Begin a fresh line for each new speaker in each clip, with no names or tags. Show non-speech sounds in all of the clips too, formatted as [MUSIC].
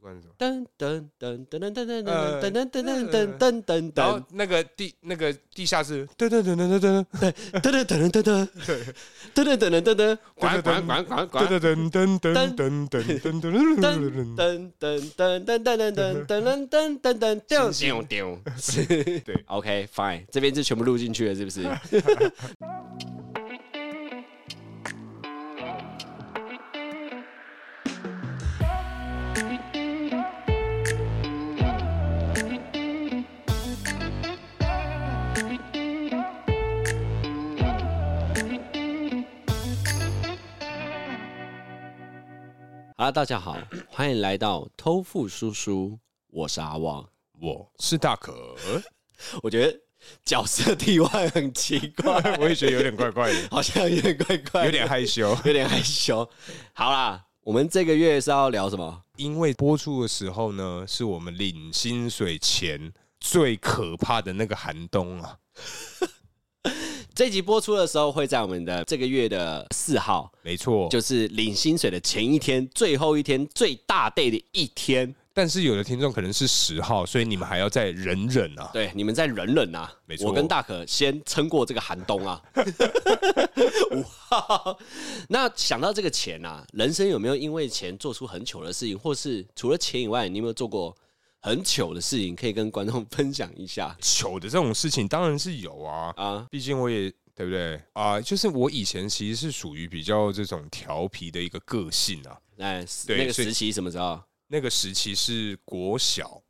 关是什么？
噔噔噔噔噔噔噔噔噔噔噔噔噔噔
然后
噔
那个地那个地下室，噔噔噔噔噔
噔噔噔噔噔噔噔噔噔噔噔，管管管管管
噔，噔噔噔噔噔噔噔噔噔
噔
噔。
噔噔噔噔噔噔噔噔噔噔噔
丢
掉掉
丢，
是，
对
，OK fine，这边是全部录进去了，是不是？好，大家好，欢迎来到偷富叔叔，我是阿旺。
我是大可，
我觉得角色替换很奇怪，
[LAUGHS] 我也觉得有点怪怪的，
好像有点怪怪的，
有点害 [LAUGHS] 羞。
有点害羞。好啦，我们这个月是要聊什么？
因为播出的时候呢，是我们领薪水前最可怕的那个寒冬啊，
这集播出的时候会在我们的这个月的四号，
没错。
就是领薪水的前一天、最后一天、最大 day 的一天。
但是有的听众可能是十号，所以你们还要再忍忍啊。
对，你们再忍忍啊！
没错
我跟大可先撑过这个寒
[LAUGHS]
冬啊。五号，那想到这个钱啊，人生有没有因为钱做出很糗的事情，或是除了钱以外，你有没有做过很糗的事情，可以跟观众分享一下
糗的这种事情当然是有啊，
啊？
毕竟我也对不对啊、就是我以前其实是属于比较这种调皮的一个个性啊。
哎，
对
那个
所以
时期什么时候？
那个时期是国小，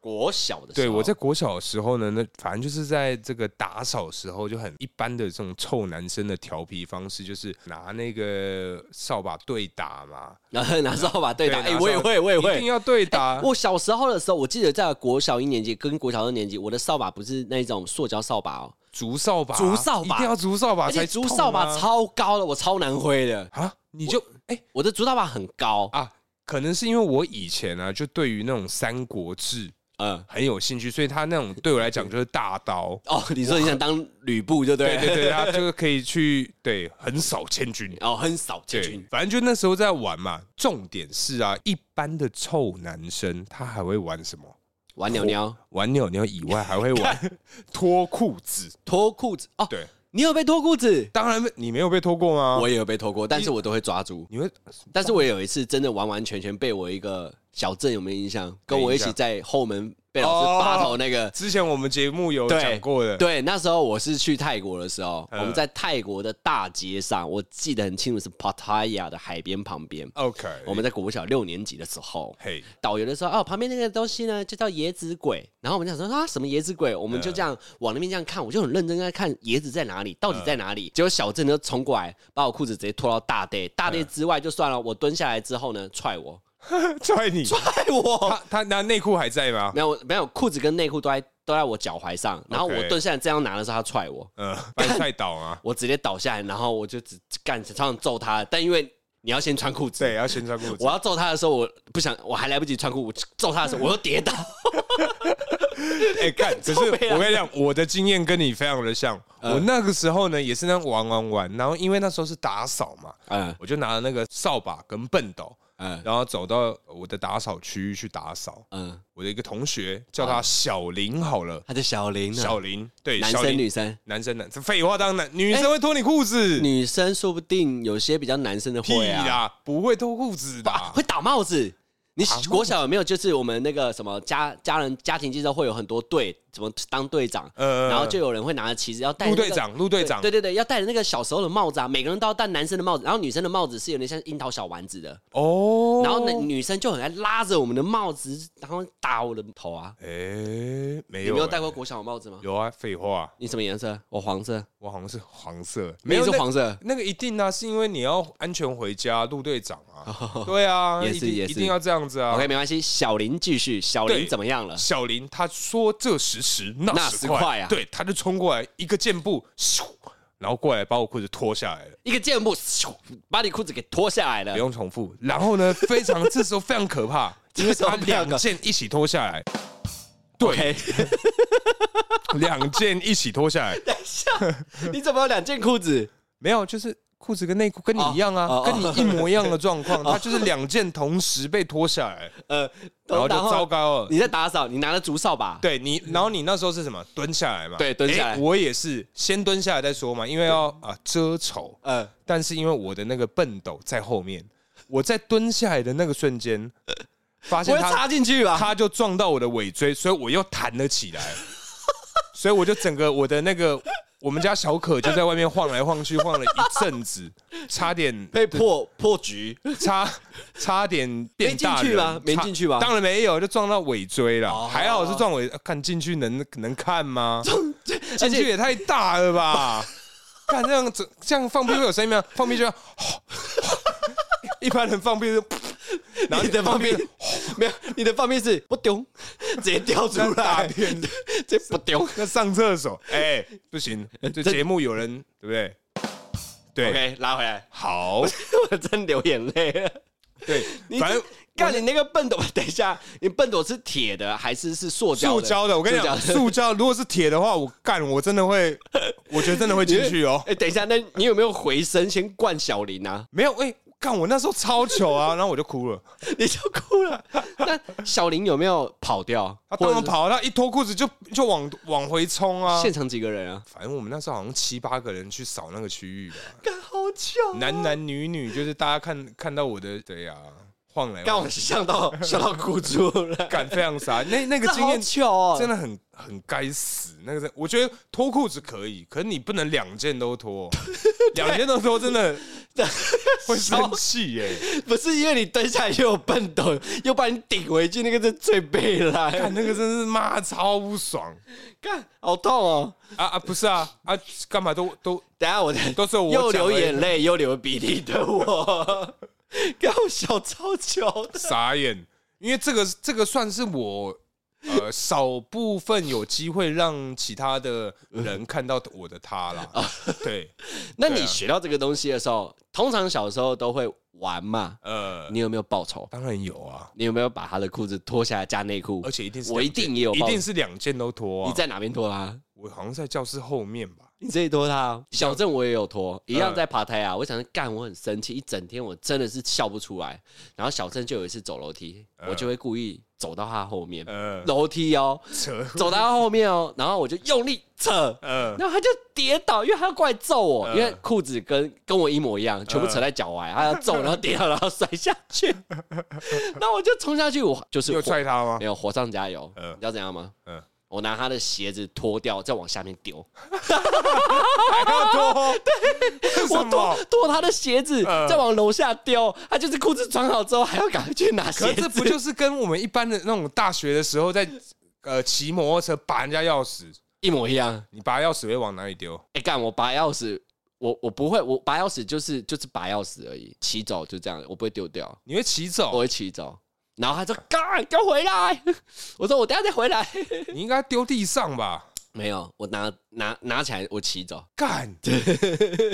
国小的时候，
对我在国小的时候呢，那反正就是在这个打扫时候就很一般的这种臭男生的调皮方式，就是拿那个扫把对打嘛，
然后 [LAUGHS] 拿扫把对打，
对
哎，
拿
我也
扫
会，我也
一定
会。
要对打。
哎我小时候的时候，我记得在国小一年级跟国小二年级，我的扫把不是那种塑胶扫把哦，
竹扫把，
竹扫把
一定要竹扫把
而
才
且竹扫把
痛啊
超高的，我超难挥的。
啊！你就哎、
我的竹扫把很高，
啊，可能是因为我以前啊，就对于那种《三国志》
嗯，。
很有兴趣，所以他那种对我来讲就是大刀
哦，你说你想当吕布就
对
对
对
了，
对，他就是可以去对横扫千军。
哦，很少进
对
军，，
反正就那时候在玩嘛。重点是啊，一般的臭男生他还会玩什么？
玩鸟鸟，
玩扭扭以外，还会 [LAUGHS] 玩脱裤子。
脱裤子哦，
对，
你有被脱裤子？
当然你没有被脱过吗？
我也有被脱过，但是我都会抓住。
你会
但是我有一次真的完完全全被我一个小郑有没有印象？跟我一起在后门被老师发头那个。
之前我们节目有
对
讲过的，
对，那时候我是去泰国的时候，
嗯
我们在泰国的大街上，我记得很清楚，是 Pattaya 的海边旁边。
，OK，
我们在国小六年级的时候，
嘿，
导游的时候，哦，旁边那个东西呢就叫椰子鬼，然后我们就想说啊什么椰子鬼，我们就这样往那边这样看，我就很认真在看椰子在哪里，到底在哪里。结果小郑就冲过来，把我裤子直接脱到大队，大队之外就算了，我蹲下来之后呢，踹我，
踹 [LAUGHS] 你，
踹我，
他他那内裤还在 [LAUGHS] 吗？
没有没有，裤子跟内裤都在都在我脚踝上，然后我
OK
蹲下来这样拿的时候，他踹我，！
嗯，把你踹倒啊
我直接倒下来，然后我就只干常常揍他，但因为你要先穿裤子，
[LAUGHS] 对，要先穿裤子
我。要揍他的时候，我不想，我还来不及穿裤，我揍他的时候我又跌倒。
哎， [LAUGHS] 干！可是
超
我
北啊
跟你讲，我的经验跟你非常的像。我那个时候呢，也是那样玩玩玩，然后因为那时候是打扫嘛，
嗯
我就拿了那个扫把跟笨斗，
嗯
然后走到我的打扫区域去打扫。
嗯，
我的一个同学叫他小林好了，
他叫小林啊，
小林对，
男
小
生
林
女哎生，
男生男生，废话当然，女生会脱你裤子，
女生说不定有些比较男生的
屁
会啊，
啦，不会脱裤子的
啊
啊。
会打帽子。你
打帽子
国小有没有就是我们那个什么家家人家庭介绍会有很多队，怎么当队长，
呃
[LAUGHS] 然后就有人会拿着旗子要戴
陆
那个
队长，陆队长
对对对，要戴着那个小时候的帽子啊，每个人都要戴男生的帽子，然后女生的帽子是有点像樱桃小丸子的，
哦，
然后那女生就很爱拉着我们的帽子，然后打我的头啊。
哎，没
你
有
没有
欸
戴过国小的帽子吗？
有啊，废话，
你什么颜色？我黄色，
我好像是黄色，
没有是
那
黄色。
那个一定啊，是因为你要安全回家，陆队长啊，对啊，
哦也
一
是
定
也
一
是
定要这样子啊。
OK，没关系。小林继续，小林
对
怎么样了？
小林他说这十十那
那
十
十块啊
对，他就冲过来一个箭步，咻，然后过来把我裤子脱下来了，
一个箭步咻把你裤子给脱下来了
不。用重复。然后
[LAUGHS]
呢，非常这时候非常可怕，因为
这时候
他
非常可
两件一起脱下来，对，
OK， [LAUGHS]
两件一起脱下来，
[LAUGHS] 等一下，你怎么有两件裤子？
没有，就是裤子跟内裤跟你一样啊，
哦哦哦
跟你一模一样的状
[LAUGHS]
况，他就是两件同时被脱下来，
呃，
然后就糟糕了。
你在打扫，你拿了竹扫把，
对你，然后你那时候是什么？蹲下来嘛？
对蹲下来
诶我也是先蹲下来再说嘛，因为要啊遮丑。
呃，
但是因为我的那个笨斗在后面，我在蹲下来的那个瞬
[LAUGHS]
间，发
不
现
会
他
插进去吧？
他就撞到我的尾椎，所以我又弹了起
[LAUGHS]
来，所以我就整个我的那个我们家小可就在外面晃来晃去，晃了一阵
[LAUGHS]
子，差点
被破破局，
差差点变大
没进去吗
人，
没进去吧
差当然没有，就撞到尾椎了，
哦
还好是撞尾，啊看进去能能看吗？
而
进去
且
也太大了
[LAUGHS]
吧！看这样子，这样放屁会有声音吗？放屁就要， [LAUGHS] 一般人放屁是，然后
你的放屁没有，你的放屁是不丢，直接掉出
那大
来，
便
[LAUGHS] 这不丢。
[LAUGHS] 那上厕所，哎、不行，
[LAUGHS]
这节目有人对不对？对
OK，拉回来， [LAUGHS]
好，
我真流眼泪了。
对
[LAUGHS] 你，
反正
干你那个笨斗，等一下，你笨斗是铁的还是是塑胶？
塑胶的，我跟你讲，
塑胶的
塑胶如果是铁的话，我干，我真的会，我觉得真的会进去
[LAUGHS]
哦。
哎、等一下，那你有没有回身先灌小林啊？
没有，哎、干，我那时候超糗啊，然后我就哭了。
你就哭了。那小林有没有跑掉？
他啊当
或
然
者
跑，他一脱裤子就就往往回冲啊
是。现场几个人啊？
反正我们那时候好像七八个人去扫那个区域吧，
干好巧、
男男女女，就是大家看看到我的，对呀、啊晃来
干
晃
我
去，
笑到笑到哭出来。
干非常傻。那那个
这
经
好
验
巧哦、
真的很很该死。那个真，我觉得脱裤子可以，可是你不能两件都
[LAUGHS]
脱，两件都脱真的会生气
[LAUGHS]
耶、
不是因为你蹲下来又有笨斗，又把你顶回去，那个是最悲
看
了。
那个真是妈超不爽
干，好痛哦、
啊啊！不是啊啊，干嘛都都
等一下我再
都是我
又
讲
流
而已
眼泪又流鼻涕的我， [LAUGHS] 干我笑超巧的。
傻眼，因为这个这个算是我呃少部分有机会让其他的人看到我的他
[LAUGHS]
啦。对，
那你
对啊
学到这个东西的时候，通常小时候都会玩嘛？
呃，
你有没有报仇？
当然有啊，
你有没有把他的裤子脱下来加内裤
而？且一定是
我一
两件
定也有
一
报
定是两件都脱啊。
你在哪边脱他？
我好像在教室后面吧。
你自己脱他？小郑我也有
呃
脱，一样在爬台啊。我想说干，我很生气，一整天我真的是笑不出来。然后小郑就有一次走楼梯，我就会故意走到他后面，
呃，
楼梯
[LAUGHS]
哦，
扯，
走到他后面哦，然后我就用力扯，
呃，
然后他就跌倒，因为他要过来揍我，
嗯
因为裤子跟跟我一模一样，全部扯在脚踝，他要揍，然后跌倒，然后摔下去， [LAUGHS] 然后我就冲下去，我就是
你有
火
踹他
[LAUGHS]
吗
没？有火上加油，
嗯
你知道怎样吗？
嗯
我拿他的鞋子脱掉，再往下面丢，
还要脱？对，
我
什么
脱？脱他的鞋子，
嗯
再往楼下丢，他就是裤子穿好之后还要赶快去拿
可是
鞋
这
子，
不就是跟我们一般的那种大学的时候在呃骑摩托车拔人家钥匙，
一模一样？
你拔钥匙会往哪里丢？
哎，干我拔钥匙，我我不会，我拔钥匙就是就是拔钥匙而已，骑走就这样，我不会丢掉。
你会骑
我
走，
会骑走。然后他说：“干，给我回来！”我说：“我等下再回来。
[LAUGHS] 你应该丢地上吧？”
没有，我拿拿拿起来，我骑走。 [LAUGHS]
干，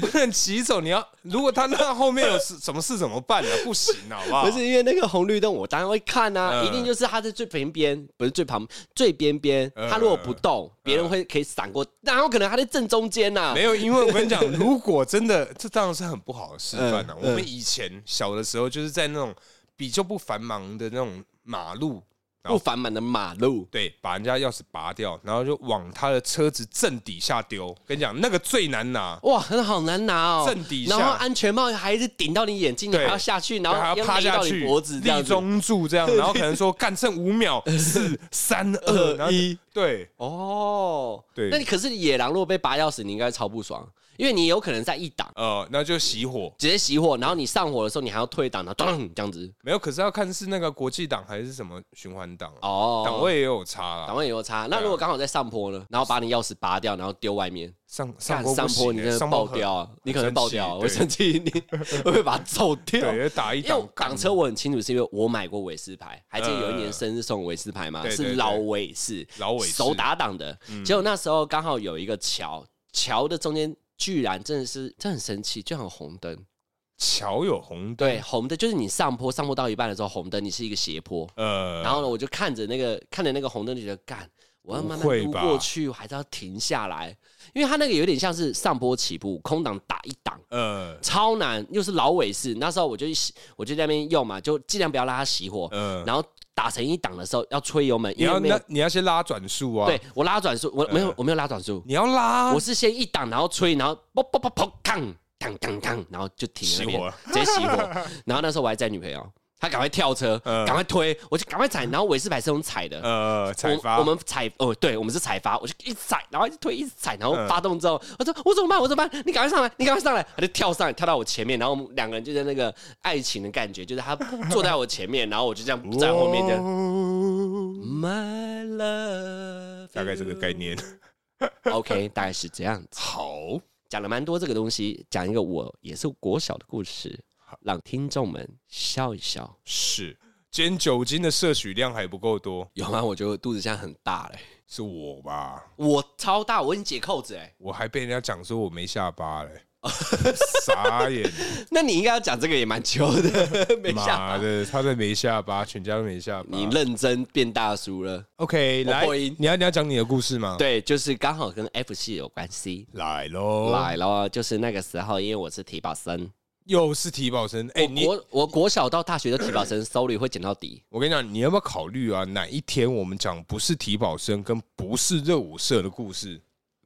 不能骑走。你要如果他那后面有事，什么事怎么办呢、不行，啊好不好？
不是因为那个红绿灯，我当然会看啊，
哦嗯
一定就是他在最边边，不是最旁最边边。
嗯
他如果不动，别人会可以闪过，然后可能他在正中间呐、
没有，因为我跟你讲，如果真的，这当然是很不好的示范了、
[LAUGHS] 嗯嗯
我们以前小的时候，就是在那种比较不繁忙的那种马路，
不繁忙的马路。
对，把人家钥匙拔掉，然后就往他的车子正底下丢。跟你讲，那个最难拿，
哇，那好难拿哦！
正底下
然后安全帽还是顶到你眼睛，你还
对
要下去，然
对还
后
要趴
勒
下
到
去，
你脖子这样
立
子。
中柱这样，然后可能说干剩五秒，四、三、二、然后
一，
对，
哦，
对
那你可是你野狼如果被拔钥匙，你应该超不爽，因为你有可能在一档。
呃，那就熄火。
直接熄火，然后你上火的时候，你还要退档，然后咚这样子。
没有，可是要看是那个国际档还是什么循环档、啊，
哦，
档、位也啊有差啦。
档位也有差。那如果刚好在上坡呢，然后把你钥匙拔掉，然后丢外面，
上上
干
坡
上
不
坡
行
你
欸、
真的
上
爆
坡很
掉啊，你可能
很
爆
生气
掉啊，我
对
生气你， [LAUGHS] 我会把它揍掉。
对，打一
因为
档
我挡车我很清楚，是因为我买过韦斯牌，还记得有一年生日送韦斯牌嘛，
对对
是
对
老韦斯，
老韦斯嗯
手打挡的。结果那时候刚好有一个桥，桥的中间居然真的是，真的很生气，就很红灯。
桥有红灯，
对，红灯就是你上坡，上坡到一半的时候红灯，你是一个斜坡，
呃，
然后呢，我就看着那个看着那个红灯，就觉得干，我要慢
不
慢
会
撸
吧
过去，还是要停下来？因为他那个有点像是上坡起步，空档打一档，
呃
超难，又是老尾式。那时候我就我就在那边用嘛，就尽量不要让它熄火，
呃，
然后打成一档的时候要吹油门，
你
因为
要呃
没有
那你要先拉转速啊，
对，我拉转速，我没有、我没有拉转速，
你要拉，
我是先一档，然后吹，然后啵啵啵啵，吭吭吭吭，然后就停在那
熄火
边
了，
直接熄火。然后那时候我还载女朋友，她赶快跳车，
嗯
赶快推，我就赶快踩，然后尾式牌是用踩的。
呃踩
我
发，
我们踩哦，对，我们是踩发，我就一直踩，然后一直推，一直踩，然后
嗯
发动之后，我说我怎么办？我怎么办？你赶快上来，你赶快上来！他就跳上来，跳到我前面，然后我们两个人就在那个爱情的感觉，就是他坐在我前面，然后我就这样在后面
哦
这样嗯
样，
My love，
哦大概这个概念。
嗯 OK，大概是这样子。
好，
讲了蛮多这个东西，讲一个我也是国小的故事，让听众们笑一笑。
是今天酒精的摄取量还不够多，
有吗？我觉得我肚子现在很大嘞、
是我吧？
我超大，我已经解扣子哎、
我还被人家讲说我没下巴嘞，
[LAUGHS]
傻眼，
那你应该要讲这个也蛮久的，没
妈
想到
的，他在没下巴，全家都没下巴
你。认真变大叔了。
OK，
我
来，
破音
你要你要讲你的故事吗？，
对，就是刚好跟 F 系有关系。
来喽，，
来咯，就是那个时候，因为我是体保生，
又是体保生，哎、
我
你。
国我国小到大学的体保生手里会捡到底。
我跟你讲，你要不要考虑啊？哪一天我们讲不是体保生跟不是热舞社的故事，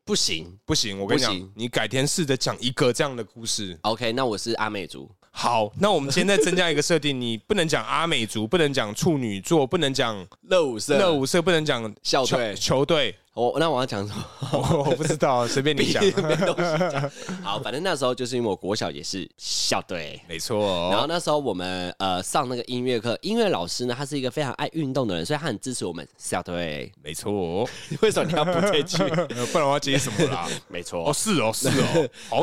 不行
不行。我跟你
不
讲
行，
你改天试着讲一个这样的故事。
，OK，那我是阿美族，
好，那我们现在增加一个设定，你 [LAUGHS] 不能讲阿美族，不能讲处女座，不能讲
乐舞社，
热舞社，不能讲
校
球
队
球队。 [LAUGHS]
我那我要讲什么？
我我不知道，随便 [LAUGHS]
[LAUGHS]
你讲。啊
没东西讲。好，反正那时候就是因为我国小也是校队。
没错，
然后那时候我们呃上那个音乐课，音乐老师呢，他是一个非常爱运动的人，所以他很支持我们校队。
没错， [LAUGHS]
为什么你要补这句？ [LAUGHS]
呃不然我要接什么啦？
没
哦，
错。
是哦，是
[LAUGHS]
哦，
然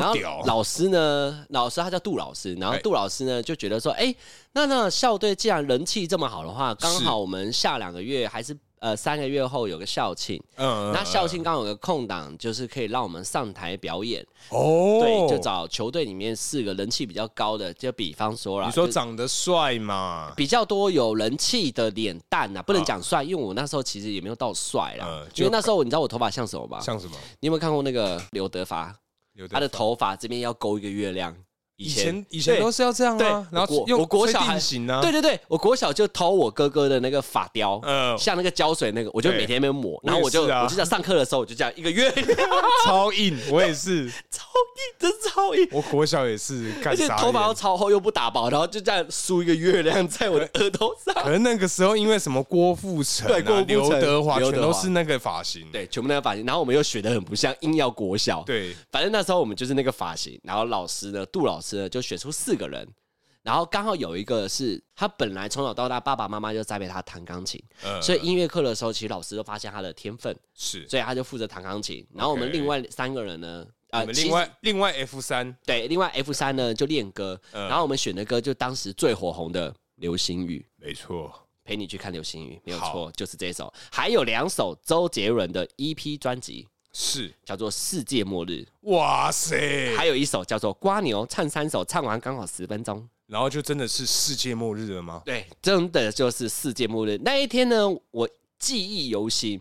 好
后
屌。
老师呢，老师他叫杜老师，然后
哎
杜老师呢就觉得说，哎、那那校队既然人气这么好的话，刚
是
好我们下两个月还是呃三个月后有个校庆，
嗯
那校庆刚好有个空档，就是可以让我们上台表演。
哦，
对，就找球队里面四个人气比较高的，就比方说啦，
你说
就
长得帅嘛？
比较多有人气的脸蛋啊呐、不能讲帅，因为我那时候其实也没有到帅啦。
嗯啊就
因为那时候你知道我头发像什么吗？
像什么？
你有没有看过那个刘德华？
有
啊他的头发这边要勾一个月亮。
以前以前都
是、
是要这样
对
啊，然后
我
用
我国
吹
小还
定型啊，
对，对对，我国小就偷我哥哥的那个发雕。
呃，
像那个胶水那个，我就
对
每天在那边抹，
也
然后我就是
啊
我就在上课的时候，我就这样一个月 [LAUGHS] 超
超硬，我也是，
硬，真是超硬。
我国小也是，干
而且
啥
头发
脸
又超厚又不打薄，然后就这样梳一个月亮在我的额头上，
可能那个时候因为什么郭富城、
对郭
啊
富、城
刘德华
刘
全
德华
都是那个发型，
对，全部那个发型，然后我们又学的很不像，硬要国小，，
对
反正那时候我们就是那个发型，然后老师呢，杜老师呢就选出四个人。然后刚好有一个是他本来从小到大爸爸妈妈就栽培他弹钢琴，
呃
所以音乐课的时候其实老师都发现他的天分，
是。
所以他就负责弹钢琴。然后我们
OK
另外三个人呢，
我
呃，
们
其
另
实
外另外 F 三
对另外 F 三呢就练歌，
嗯
然后我们选的歌就当时最火红的《流星雨》。
没错，
陪你去看流星雨，没有
好
错，就是这首。还有两首周杰伦的 EP 专辑，
是
叫做《世界末日
哇塞》，，
还有一首叫做《瓜牛》，唱三首，唱完刚好十分钟。
然后就真的是世界末日了吗？
对，真的就是世界末日那一天呢，我记忆犹新。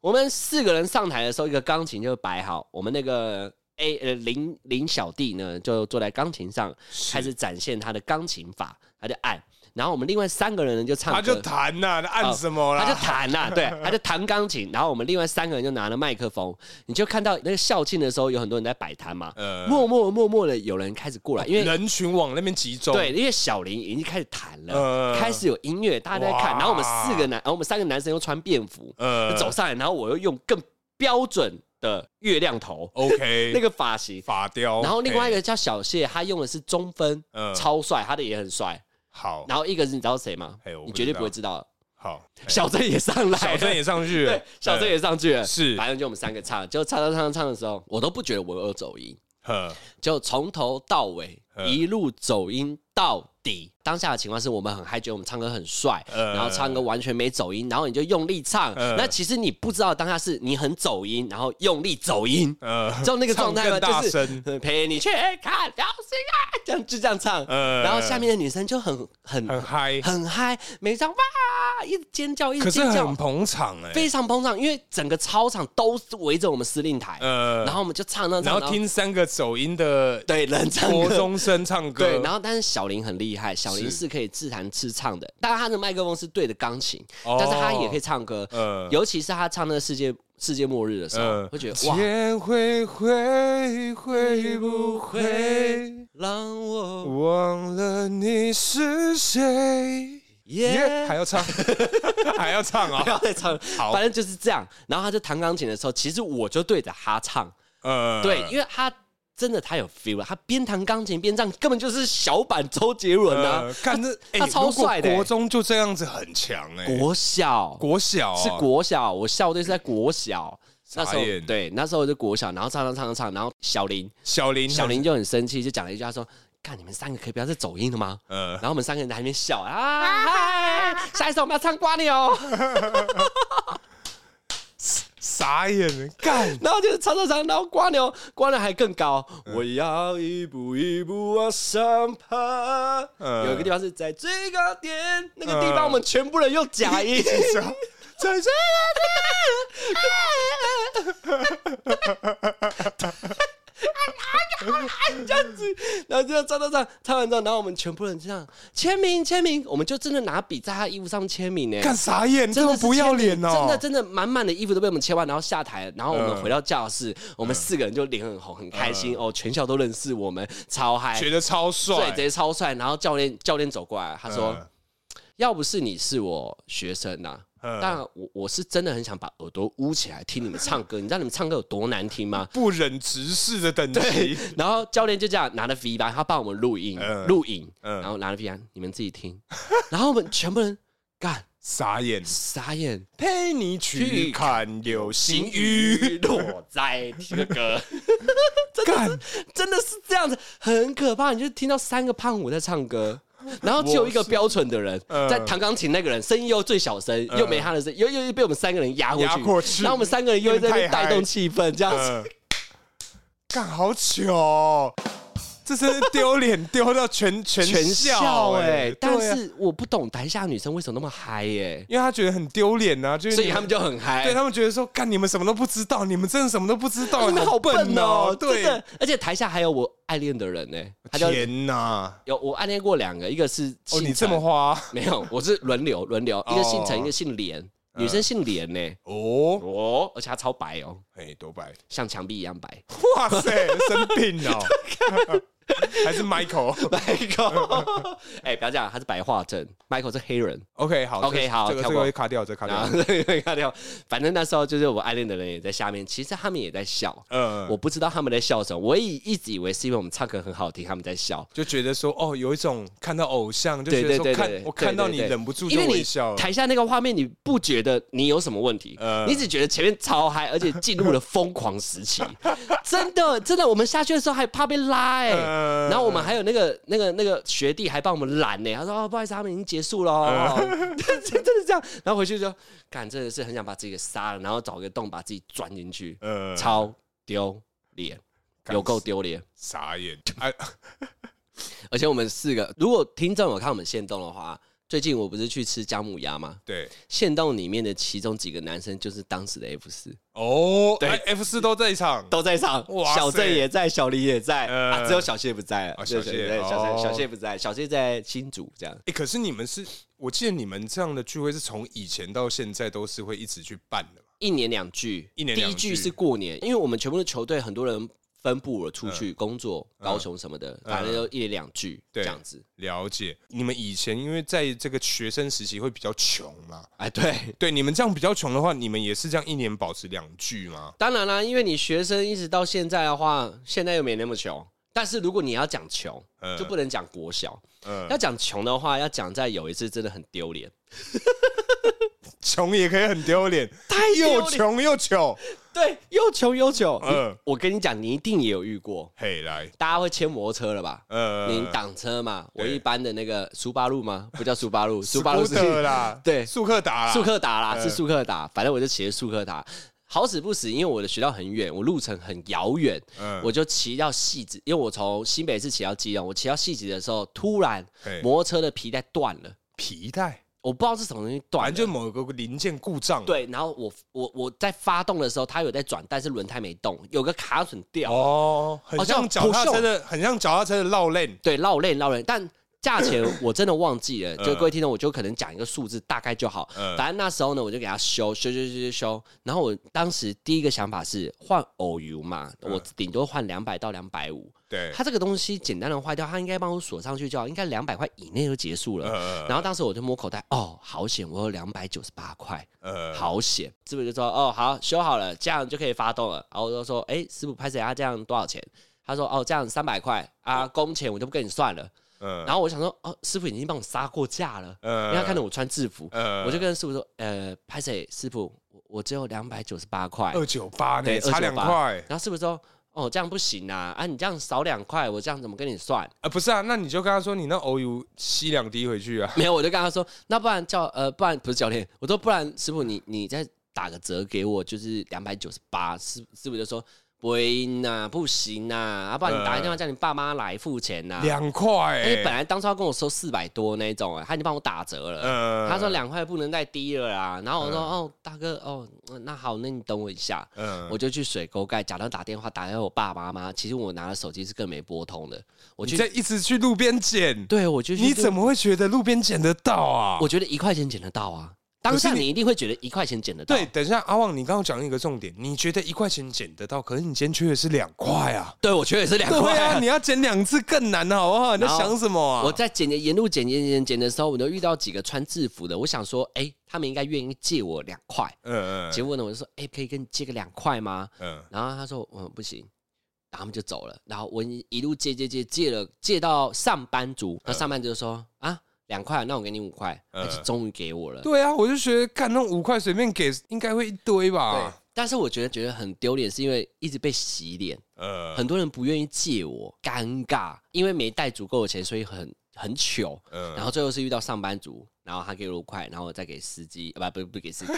我们四个人上台的时候，一个钢琴就摆好，我们那个 A 呃林林小弟呢就坐在钢琴上，
是
开始展现他的钢琴法，他就按。然后我们另外三个人呢就唱歌，哦
他就弹呐，他按什么
他就
啦？
弹呐、对，他就弹钢琴，然后我们另外三个人就拿了麦克风，你就看到那个校庆的时候，有很多人在摆摊嘛，
呃
默默默默的有人开始过啊来，因为
人群往那边集中，
对，因为小林已经开始弹了，
呃
开始有音乐，大家在看，
哇
然后我们四个男，然后我们三个男生又穿便服
呃，
走上来，然后我又用更标准的月亮头
OK，
[LAUGHS] 那个发型，
发雕，哎
然后另外一
个
个叫小谢，他用的是中分，
嗯
超帅，他的也很帅，
好
然后一个是你知道谁吗
哦哎我？不
你绝对
知道
不会知道，
好，哎
小郑也上来了，
小郑也上去了
[LAUGHS] 对，，小郑也上去了，
是
反正就我们三个唱，就唱唱唱唱的时候，我都不觉得我有走音，
呃，
就从头到尾
嗯
一路走音到底，当下的情况是我们很嗨，觉得我们唱歌很帅，
嗯
然后唱歌完全没走音，然后你就用力唱。
呃
那其实你不知道当下是你很走音，然后用力走音，
呃，
就那个状态
唱
嘛，
更大
就是
声
呃陪你去看流星啊，这样就这样唱。
呃
然后下面的女生就很很
很嗨，
很嗨，每一张哇一直尖叫，一
可
直
是
尖叫
很，捧场哎、
非常膨胀，因为整个操场都是围着我们司令台，
呃，
然后我们就唱那
然后听三个走音的
对人唱
国
歌。
中生唱歌，
对，然后但是小林很厉害，小林
是
是可以自弹自唱的，当然他的麦克风是对着钢琴，
哦
但是他也可以唱歌，
呃
尤其是他唱那个世界世界末日的时候，
呃
会觉得哇，
天会会会不会
让我
忘了你是谁？耶、
耶
还要唱， [LAUGHS] 还要唱
不 [LAUGHS]
啊、
要再唱了，
好
反正就是这样。然后他就弹钢琴的时候，其实我就对着他唱，
呃，
对，因为他真的他有 feel 啊，他边弹钢琴边唱，根本就是小版周杰伦啊
呃，，看这
他超帅的
如果
欸
国中就这样子很强哎、
国小
国小啊、
是国小，我校队是在
[LAUGHS]
国小。那时候
傻眼
对，那时候就国小，然后唱唱唱唱唱，然后小林
小林
小林就很生气，就讲了一句，他说：“看你们三个可以不要再走音了吗？”
呃
然后我们三个人在那边笑啊，嗨，下一首我们要唱瓜牛，
傻眼欸了， [LAUGHS] 干
[LAUGHS] 然后就是唱唱唱，然后瓜牛瓜牛还更高，我要一步一步往上爬。
嗯
有一个地方是在最高点，那个地
嗯
方我们全部人用假
[LAUGHS]
音，
在这
这样子，然后这样唱唱唱，唱完之后，然后我们全部人这样签名签名，我们就真的拿笔在他衣服上面签名呢。
干傻眼，这
真
么
的是
不要
签名
脸哦、
真的真的满满的衣服都被我们签完，然后下台了，然后我们
嗯
回到教室，我们四个人就脸很红，很开心哦，全校都认识我们，超嗨
觉，得超
对，
帅
直，接超帅。然后教练教练走过来，他说
嗯：“
要不是你是我学生呐、
嗯
但我我是真的很想把耳朵捂起来听你们唱歌，你知道你们唱歌有多难听吗？
不忍直视的等级，
然后教练就这样拿着 V 八，他帮我们录音，
嗯
录影，
嗯
然后拿着 V 八，你们自己听。 [LAUGHS] 然后我们全部人干
傻眼，
傻眼，
陪你去
去
看流星
行
雨，
雨落在这个，
干
[LAUGHS] 真的是这样子，很可怕。你就听到三个胖虎在唱歌。
[LAUGHS]
然后只有一个标准的人
嗯
在弹钢琴，那个人声音又最小声，又没他的声，又又又被我们三个人压过
压
去，
过去
然后我们三个人又在那边
太嗨
带动气氛，这样子。
呃干好糗哦、这真是丢脸丢到全全
全
校
校哎、
哎、对啊
但是我不懂台下女生为什么那么嗨耶、
因为他觉得很丢脸呐，就是
所以
你
他们就很嗨。
对他们觉得说，干你们什么都不知道，你们真的什么都不知道，
哎你们好
笨
笨哦，真
对，
的。而且台下还有我暗恋的人呢、他叫
天哪，
有我暗恋过两个，一个是
哦，
姓陈
你这么哦花
没有，我是轮流轮流，一个姓陈，一个姓连，
嗯
女生姓连呢、
哦，
哦，而且她超白哦，
哎，多白，
像墙壁一
[LAUGHS]
样白。
哇塞，生病
[LAUGHS]
哦，还是 Michael。
Michael，哎、 [LAUGHS] 不要这样，他是白化症，Michael 是黑人。
OK，好啊
OK，
这个
好
这个
跳
这
过
个会卡掉，这个卡
然
掉。
后 [LAUGHS] 看掉，反正那时候就是我暗恋的人也在下面，其实他们也在笑，
嗯，
我不知道他们在笑什么，我也一直以为是因为我们唱歌很好听，他们在笑。
就觉得说，哦，有一种看到偶像，就
对
觉得
对
说
对
看
对，
我看到
对
你
对对
忍不住
因
就
为你
微笑了。
台下那个画面，你不觉得你有什么问题，
呃
你只觉得前面
[LAUGHS]
超嗨，而且进入了疯狂时期，真的真的，我们下去的时候还怕被拉哎、
呃
然后我们还有那个那个那个学弟还帮我们拦呢、他说、哦、不好意思，他们已经结束了哦，
嗯
[LAUGHS] 真的是这样。然后回去就，干真的是很想把自己给杀了，然后找个洞把自己钻进去，
呃
超丢脸，
干
有够丢脸。
傻眼，哎，
而且我们四个，如果听众有看我们现动的话，最近我不是去吃姜母鸭吗？
对，
线动里面的其中几个男生就是当时的 F 四，
哦，
对
哎，F 四都在场，
都在场
哇，塞
小郑也在，小林也在，
呃
啊，只有小谢不在
啊
了，
小谢
对对对
哦
小谢小谢不在，小谢在新竹这样。
哎、可是你们是，我记得你们这样的聚会是从以前到现在都是会一直去办的嘛？
一年两聚，
一年
第
两
一
聚
聚是过年，因为我们全部的球队很多人分布了出去工作，高雄什么的，反正就一年两
嗯
聚
对
这样子。
了解，你们以前因为在这个学生时期会比较穷嘛，
哎，对，
对，你们这样比较穷的话，你们也是这样一年保持两聚吗？
当然啦，因为你学生一直到现在的话，现在又没那么穷。但是如果你要讲穷，
呃
就不能讲国小。
呃，
要讲穷的话，要讲在有一次真的很丢
嗯
脸。
穷也可以很丢脸，
[LAUGHS] 太丢
又
脸
穷又糗，
对，又穷又糗。
嗯
我跟你讲，你一定也有遇过，
嘿，来，
大家会牵摩托车了吧？
呃，
你挡车嘛，我
对
一般的那个苏巴路吗？不叫苏巴
[LAUGHS]
路，苏巴路是
的啦，
对
速克达
[LAUGHS]
啦，
速克达啦，
嗯
是速克达，反正我就骑着速克达。好死不死，因为我的学校很远，我路程很遥远，
嗯
我就骑到戏子，因为我从新北市骑到基隆，我骑到戏子的时候，突然
嘿
摩托车的皮带断了，
皮带，
我不知道是什么东西断
反
了，
正就某个零件故障，，
对，然后我我我在发动的时候，它有在转，但是轮胎没动，有个卡榫掉，
哦，很
哦
像
叫
脚踏
不
车
锈
的，很像脚踏车的绕链，
对，绕链绕链，但价钱我真的忘记了，就
嗯
各位听众，我就可能讲一个数字大概就好。
嗯
反正那时候呢，我就给他修修修修修修，然后我当时第一个想法是换偶油嘛，我顶多换两百到两百五。
对，
它这个东西简单的坏掉，它应该帮我锁上去就好，应该两百块以内就结束了。
呃
然后当时我就摸口袋，哦，好险，我有两百九十八块。
呃，
好险！师傅就说：“哦，好，修好了，这样就可以发动了。”然后我就说：“哎、师傅，拍谁啊？这样多少钱？”他说：“哦，这样三百块啊，
呃
工钱我就不跟你算了。”
嗯，
然后我想说：“哦，师傅已经帮我杀过价了，
呃，
因为他看到我穿制服，
呃，
我就跟师傅说：‘呃，拍谁？师傅，我我只有两百九十八块。
二九八呢，
对
差两
298
块，’
然后师傅说：‘哦，这样不行啊！啊，你这样少两块，我这样怎么跟你算
啊，不是啊，那你就跟他说你那欧油吸两滴回去啊？’，
[LAUGHS] 没有，我就跟他说：‘那不然教呃，不然不是教练，我说不然师傅你你再打个折给我，就是两百九十八。’师师傅就说。不行呐、不行呐、啊，不然你打个电话叫你爸妈来付钱呐、
两块
而且
欸，
啊本来当初要跟我收四百多那一种、啊，他已经帮我打折了。
呃
他说，两块不能再低了啦，然后我说、哦，大哥哦，那好，那你等我一下，
嗯
我就去水沟盖假装打电话打给我爸爸妈妈，其实我拿了手机是更没拨通的，我
你
去
在，一直去路边捡，
对我就去，
你怎
么？
么会觉得路边捡得到啊？
我觉得一块钱捡得到啊，
可
当
是
下
你
你一定会觉得一块钱捡得到，
对，等一下，阿旺，你刚刚讲一个重点，你觉得一块钱捡得到，可是你今天缺的是两块啊。
对，我觉得也是两
对
块
啊，你要捡两次更难，啊好不 [LAUGHS] 好？你在
然后
想什么啊？
我在捡的沿路捡捡捡捡的时候，我就遇到几个穿制服的，我想说，哎、他们应该愿意借我两块，
嗯
结果呢，我就说，哎、可以跟你借个两块吗？
嗯
然后他说嗯不行，然后他们就走了。然后我一一路借借借借了，借到上班族，那上班族就说啊两块，那我给你五块，
嗯
他就终于给我了。
对啊，我就觉得干那五块随便给，应该会一堆
对
吧。，
但是我觉得觉得很丢脸，是因为一直被洗脸，
呃
很多人不愿意借我，尴尬，因为没带足够的钱，所以很很糗。
嗯
然后最后是遇到上班族，然后他给我五块，然后我再给司机，啊不不不
[LAUGHS]
给司机，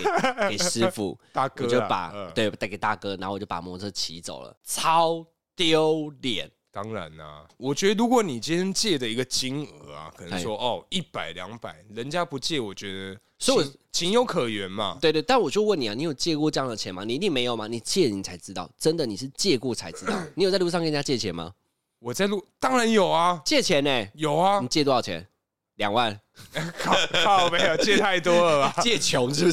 给给师傅，
大哥
我
啊
就把、
嗯
对带给大哥，然后我就把摩托车骑走了，超丢脸。
当然啦、我觉得如果你今天借的一个金额啊，可能说哦一百两百，人家不借，我觉得
所以我
情情有可原嘛。
对对，但我就问你啊，你有借过这样的钱吗？你一定没有吗？你借你才知道，真的你是借过
[COUGHS]
才知道。你有在路上跟人家借钱吗？
我在路当然有啊，
借钱呢、
有啊
[LAUGHS] 你，借多少钱？两万？
靠靠，没有借太多了吧？
借穷是不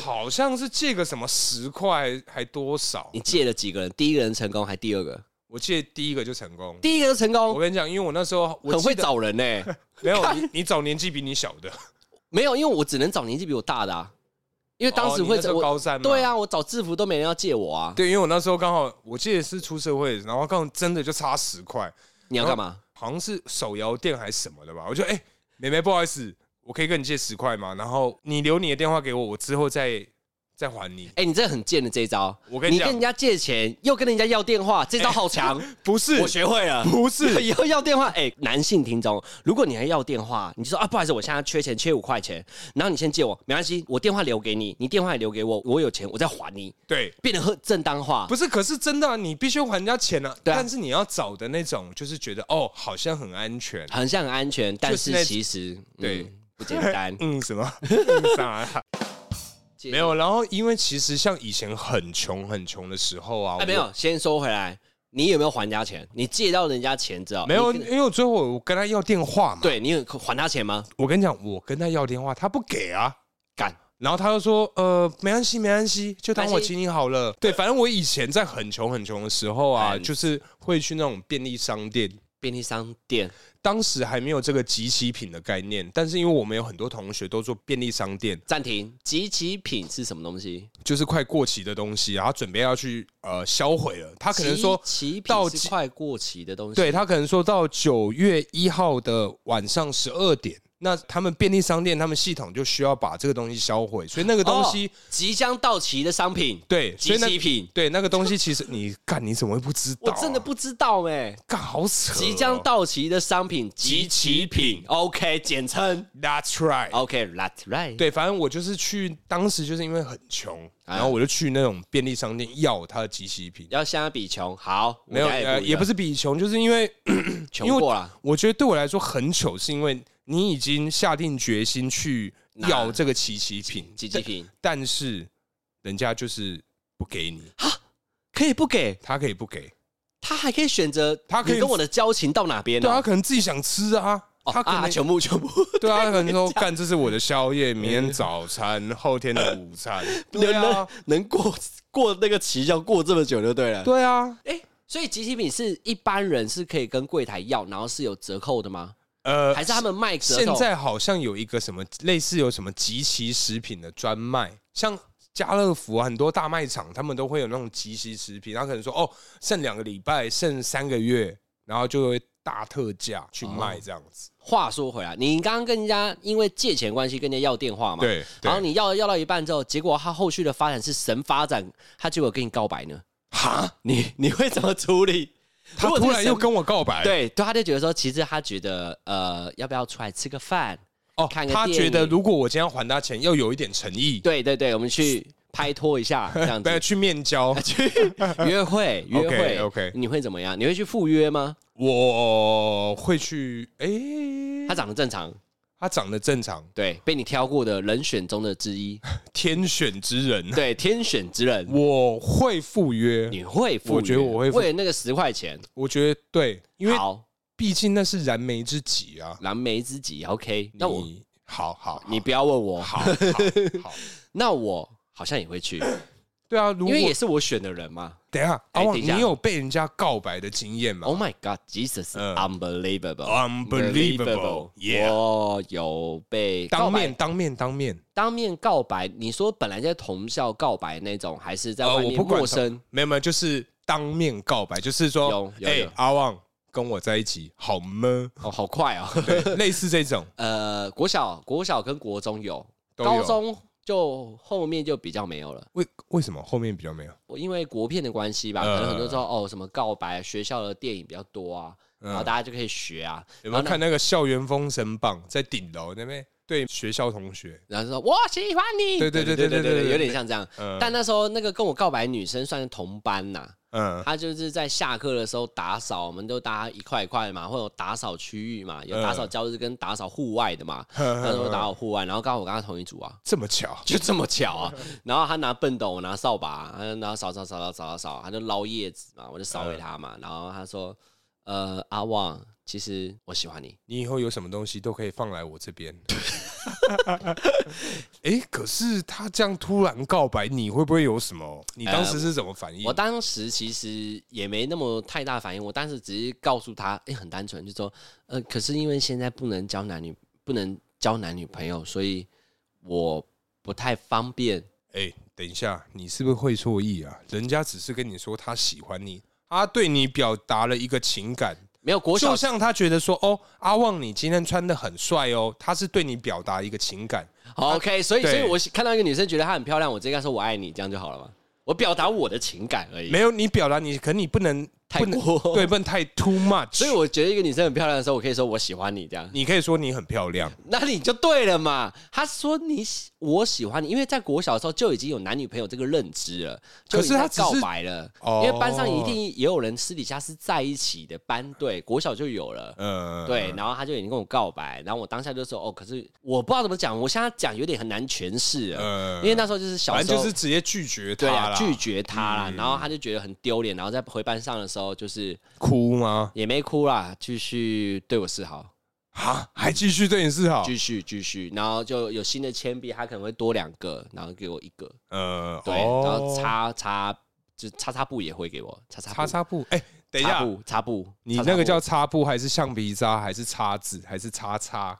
[LAUGHS] 好像是借个什么十块还多少
你？借了几个人？第一个人成功还是第二个？
我借第一个就成功。
第一个就成
我
功，
跟你讲，因为我那时候我
很会
记得
找人呢、
[LAUGHS] 没有你，你找年纪比你小的，
没有，因为我只能找年纪比我大的啊，因为 [LAUGHS] 当
哦
时
你
会
那时候
我
高三嘛
对啊，我找制服都没人要借我啊。
对，因为我那时候刚好我记得是出社会，然后刚好真的就差十块，
你要干嘛？
好像是手摇店还是什么的吧。我就哎、妹妹，不好意思，我可以跟你借十块吗？然后你留你的电话给我，我之后再再还你。
哎、你这很贱的这一招。
我跟你讲
跟人家借钱，又跟人家要电话，这招好强。
不 [LAUGHS] 是
我，学会了。
不是，
以后要电 [LAUGHS] 话，哎、男性听众，如果你还要电话，你就说啊，不好意思，我现在缺钱，缺五块钱，然后你先借我，没关系，我电话留给你，你电话也留给我，我有钱我再还你，
对，
变得很正当化。
不是，可是真的啊、你必须还人家钱啊。
对啊
但是你要找的那种，就是觉得哦，好像很安全。
很像很安全，但
就是那
是其实
对。
嗯、不简单
[LAUGHS] 嗯，什
[LAUGHS]
么？嗯啥啊
借
没有，然后因为其实像以前很穷很穷的时候啊，
哎、没有，先说回来，你有没有还人家钱？你借到人家钱之后，
我没有，
你跟
因为我最后我跟他要电话嘛，
对你有还他钱吗？
我跟你讲，我跟他要电话，他不给
嗯
啊，
干，
然后他就说，呃，没关系，没关系，就当
没
我
关系
请你好了。对，反正我以前在很穷很穷的时候啊，
嗯
就是会去那种便利商店。
便利商店
当时还没有这个集齐品的概念，但是因为我们有很多同学都做便利商店，
暂停，集齐品是什么东西？
就是快过期的东西，然后准备要去呃销毁了。他可能说
集集
到
品
集
是快过期的东西，
对他可能说到九月一号的晚上十二点，那他们便利商店他们系统就需要把这个东西销毁，所以那个东西、
哦即将到期的商品，
对，所
即
以那
期品，
对那个东西其实你干你怎么会不知道
我
啊、
真的不知道哎。
干好扯哦、
即将到期的商品，即期
期
品
品
，OK，简称
That's right。
OK，That's right。
对，反正我就是去，当时就是因为很穷，
哎
然后我就去那种便利商店要他的即期品，
要相比穷，好，
没有，
我等下
呃，也不
是
是比穷，就是因为
穷
因为
过了，
我觉得对我来说很糗，是因为你已经下定决心去要这个奇奇品，
即期品
但，但是人家就是不给你，
可以不给，
他可以不给，
他还可以选择，
他可以
你跟我的交情到哪边
对
呢
啊他？可能自己想吃啊，
哦
他可
啊，
能
全部全部
对啊，他可能说干这是我的宵夜，明天早餐，后天的午餐， [LAUGHS] 对
能能
啊，
能过过那个期要过这么久就对了。
对啊，
哎，所以集体品是一般人是可以跟柜台要，然后是有折扣的吗？
呃
还，是他们卖折
现
扣？
在好像有一个什么类似有什么集齐食品的专卖，像家乐福啊很多大卖场，他们都会有那种集齐食品，他可能说哦，剩两个礼拜，剩三个月，然后就会大特价
哦
去卖这样子。
话说回来，你刚刚跟人家因为借钱关系跟人家要电话嘛？。
对，
然后
对
你要要到一半之后，结果他后续的发展是神发展，他结果跟你告白呢？
哈，
你你会怎么处理？
他
如果这
突
个
然
神
又跟我告白，
对，对，他就觉得说，其实他觉得，呃，要不要出来吃个饭？
哦，
看个
他
电
觉得
影
如果我今天要还他钱，要有一点诚意，
对对对，我们去拍拖一下，这样 [LAUGHS]
不要
子
去面交。
去约会，约 [LAUGHS] 会
OK，OK
你会怎么样？你会去赴约吗？
我会去，哎、
他长得正常，
他长得正常，
对，被你挑过的人选中的之 [LAUGHS] 一，
天选之人，
对，天选之人，
我会赴约。
你会赴约？
我觉得我会赴
为了那个十块钱，
我觉得对，因为
好，
毕竟那是燃眉之急啊。
燃眉之急，OK。那我
你好好，
你不要问我，
好好好，好
[LAUGHS] 那我好像也会去，
对啊。如
因
果
为也是我选的人嘛。
等一下，
哎
阿旺，
等一
你
下
有被人家告白的经验吗
Oh my God, Jesus,
嗯
unbelievable,
Unbelievable, yeah
我有被告
当
白
面，当面，当面。
当面告白。你说本来在同校告白那种，还是在
呃
外
我
面
不管
陌生？
没有没有，就是当面告白，就是说
有，有
哎
有，
阿旺跟我在一起好
[LAUGHS]
吗？
哦，好快哦。
对，类似这种
呃，国小、国小跟国中有，
都
高
有
中就后面就比较没有了。
为为什么后面比较没有？
我因为国片的关系吧，
嗯
可能很多时候哦，什么告白，学校的电影比较多啊，
嗯
然后大家就可以学啊。
有
然
没
后
有
呢
看那个校园封神榜在顶楼那边对学校同学？
然后说我喜欢你，
对对对对对对对
有点像这样。
嗯
但那时候那个跟我告白的女生算是同班呐、
[LAUGHS] 嗯
她就是在下课的时候打扫，我们都大家一块一块嘛，会有打扫区域嘛，有打扫教室跟打扫户外的嘛，她说打扫户外，然后刚好我跟她同一组啊。
嗯 [LAUGHS]
[LAUGHS]
这么巧，
就这么巧啊！然后她拿笨斗，我拿扫把，她就拿扫扫扫扫扫扫，她就捞叶子嘛，我就扫给她嘛。然后她说：“呃，阿旺，其实我喜欢你。
你以后有什么东西都可以放来我这 [LAUGHS] 边。哎、可是他这样突然告白，你会不会有什么？你当时是怎么反应？
我当时其实也没那么太大反应，我当时只是告诉他，哎、很单纯，就说，呃，可是因为现在不能交男女，不能交男女朋友，所以我不太方便。
哎、等一下，你是不是会错意啊？人家只是跟你说他喜欢你，他对你表达了一个情感，
没有国小
就像他觉得说，哦，阿旺你今天穿的很帅哦，他是对你表达一个情感。
好，OK，所以所
对
以我看到一个女生觉得她很漂亮，我直接跟她说我爱你，这样就好了嘛。我表达我的情感而已，
没有你表达你，可你不能
太
不能
过
对，不能太 too much。
所以我觉得一个女生很漂亮的时候，我可以说我喜欢你这样，
你可以说你很漂亮，
那你就对了嘛。她说你喜我喜欢你，因为在国小的时候就已经有男女朋友这个认知了，
可
就已
是
经在
她只
告
是
白了。
哦
因为班上一定也有人私底下是在一起的班队，国小就有了。
呃，
对，然后他就已经跟我告白，然后我当下就说：“哦，可是我不知道怎么讲，我现在讲有点很难诠释了，
呃
因为那时候就是小
反
时
正
候
就是直接拒绝
对
他
啊
啦，嗯
拒绝他啦，然后他就觉得很丢脸，然后在回班上的时候就是
哭吗？
也没哭啦，继续对我示好，
啊，还继续对你示好？
继续继续，然后就有新的铅笔，他可能会多两个，然后给我一个，
呃，
对，
哦
然后擦擦就擦擦布也会给我擦擦布
擦擦布。哎、等一
擦
下，
布擦布，
你
擦擦
那个
布
叫擦布还是橡皮擦还是叉子还是叉叉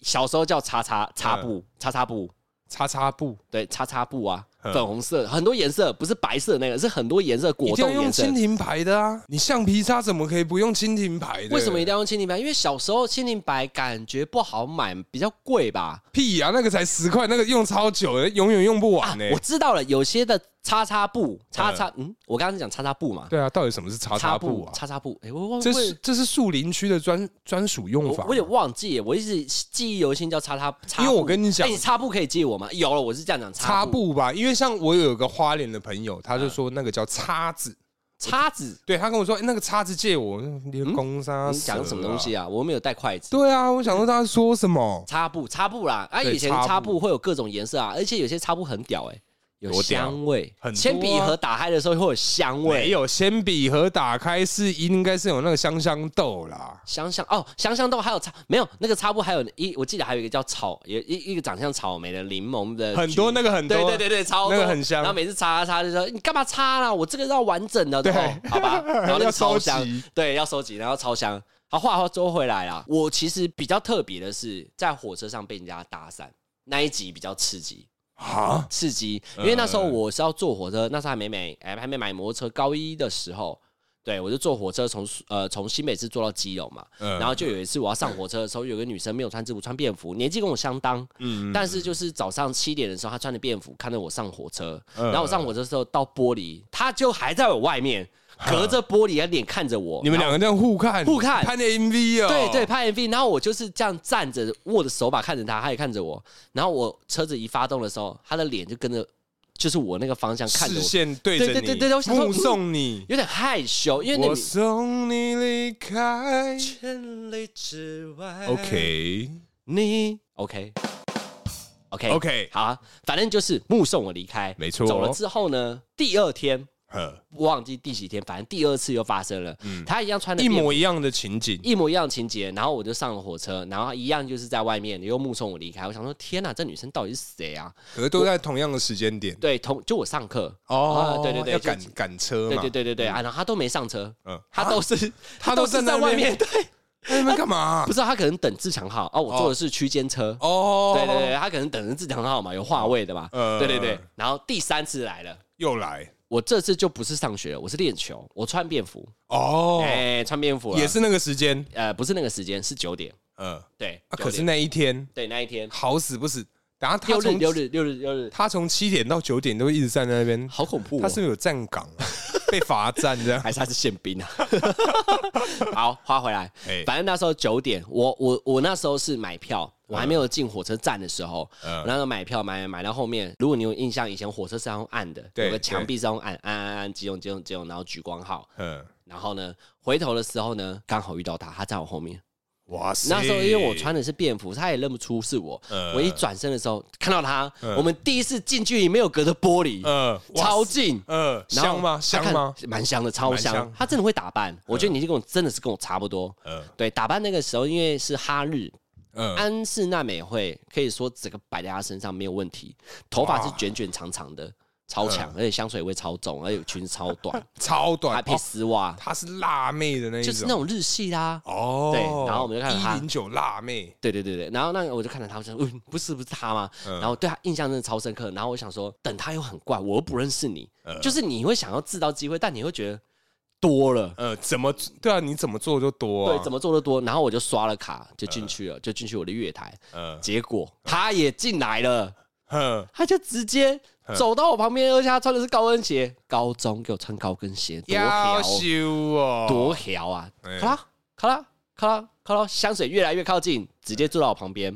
小时候叫擦擦擦
嗯
布擦擦布
擦擦布，
对，叉叉布啊，
嗯
粉红色，很多颜色，不是白色的那个，是很多颜色，
一
果
定
冻
要用
颜色。
蜻蜓牌的啊！你橡皮擦怎么可以不用蜻蜓牌的？
为什么一定要用蜻蜓白？因为小时候蜻蜓白感觉不好买，比较贵吧。
屁呀、那个才十块，那个用超久的，永远用不
啊
完 [LAUGHS] 呢、，
我知道了，有些的叉叉布，叉叉，嗯，我刚刚是讲叉叉布嘛，
对啊，到底什么是擦擦布啊？
叉叉布，哎，我我
这
我
是这是树林区的专专属用法
我我有点忘记耶，我一直记忆犹新，叫叉叉叉布。
因为我跟你讲
哎你叉布可以借我吗？有了，我是这样讲，
擦
布、
布吧，因为像我有个花莲的朋友，他就
嗯
说那个叫叉子，
叉子，
对他跟我说、哎那个叉子借我，你公杀、
嗯你讲什么东西
啊？
啊？我没有带筷子。
对啊，我想说他说什么？
擦布，擦布啦！啊，
对
以前
擦布
擦布会有各种颜色啊，而且有些擦布很屌哎、有
多屌
香味
很，多啊
铅笔盒打开的时候会有香味，
没有，铅笔盒打开是应该是有那个香香豆啦，
香香哦，香香豆还有擦没有那个擦布还有一，我记得还有一个叫草，也一一个长相草莓的柠檬的
很多
橘
那个很多，
对对
[LAUGHS]
对对，超多
那个很香
然后每次擦擦擦就说你干嘛擦啦？我这个要完整的，
对
哦好
[LAUGHS]
吧。然
要
后那个超
收集
香，嗯对，要收集，然后超香。好，话话说回来啦，我其实比较特别的是在火车上被人家搭讪那一集比较刺激。
啊，
刺激，
嗯
因为那时候我是要坐火车，那时候还没买，哎，还没买摩托车，高一的时候，对我就坐火车从呃从新北市坐到基隆嘛，
嗯
然后就有一次我要上火车的时候，有个女生没有穿制服，穿便服，年纪跟我相当，
嗯
但是就是早上七点的时候，她穿着便服看着我上火车，
嗯
然后我上火车的时候到玻璃，她就还在我外面，隔着玻璃，她脸看着我，
嗯你们
然
两
后
个这样互看，
互看
拍的 MV 哦，
对对，拍 MV，然后我就是这样站着，握着手把看着他，他也看着我。然后我车子一发动的时候，他的脸就跟着，就是我那个方向看着
视
我，
线对着你，
对对对对对我想说
目送你，
有点害羞，因为
我
你
送你离开。
千里之外
OK
你 OK OK
OK，
好啊、反正就是目送我离开，
没错
走了之后呢，第二天
呵，
忘记第几天，反正第二次又发生了，他一样穿的
嗯一模一样的情景，
一模一样的情节，然后我就上了火车，然后一样就是在外面，你又目送我离开。我想说，天哪，这女生到底是谁啊？
可是都在同样的时间点。
对，同就我上课，啊对对
哦
对
要
就
赶赶车
对
嘛，
对对对对，啊，然后她都没上车，
嗯，
她都是、
她
她
都
都是
站在
在
那
外
边
面， [LAUGHS] 对，
哎你们干嘛
不？知道她可能等自强号哦，我坐的是区间车，
哦，
对对对，，她可能等着自强号嘛，有话位的嘛，
呃
对对对，然后第三次来了。
又来
我这次就不是上学了，我是练球，我穿便服，
哦，
哎、穿便服了
也，是那个时间，
呃，不是那个时间，是九点，
嗯，啊
对，9
可是
点
那一天
对那一天
好死不死，然后他
六日
从
六日六日六日，
他从七点到九点都一直站在那边，
好恐怖、哦，
他是不是有站岗啊，被罚站这
[LAUGHS]
样，
还是他是宪兵啊？好，花回来
哎。
反正那时候九点，我我我那时候是买票，我还没有进火车站的时候，
嗯
我那时候买票买买到后面，如果你有印象，以前火车是要用按的，
对
有个墙壁是要用按按按按，急用急用急用，然后举光号。
嗯，
然后呢，回头的时候呢，刚好遇到他，他在我后面。
哇塞，
那时候因为我穿的是便服，他也认不出是我。
嗯
我一转身的时候看到他，我们第一次近距离没有隔着玻璃，
呃
超近。
呃
然
香
后
吗？
他看
香吗？？
蛮香的，超
蛮
香。
香嗯
他真的会打扮，我觉得你就跟我真的是跟我差不多。
呃
对，打扮那个时候因为是哈日，
呃，
安室奈美惠可以说整个摆在她身上没有问题，头发是
哇嗯
卷卷长长的，超强，而且香水味超重，而且裙子超
[LAUGHS]
短，
超短
还，配
哦
丝袜，
她是辣妹的那一种，
啊就是那种日系啊啦。
哦，
对然后我们就看到她
一零九辣妹，
对对对对，然后那个我就看着他，我就说，嗯，不是不是他吗？然后对他印象真的超深刻。然后我想说，等他又很怪，我又不认识你，
嗯
就是你会想要制造机会，但你会觉得多了，
呃，怎么对啊？你怎么做就多啊，
对，怎么做的多，然后我就刷了卡，就
嗯
进去了，就进去我的月台。
呃，
结果他也进来了，
哼，
他就直接
嗯
走到我旁边，而且他穿的是高跟鞋，高中给我穿高跟鞋，多
要
屌，
修哦，
多屌啊！
哎
咔啦咔啦咔啦咔啦，香水越来越靠近，直接坐到我旁边，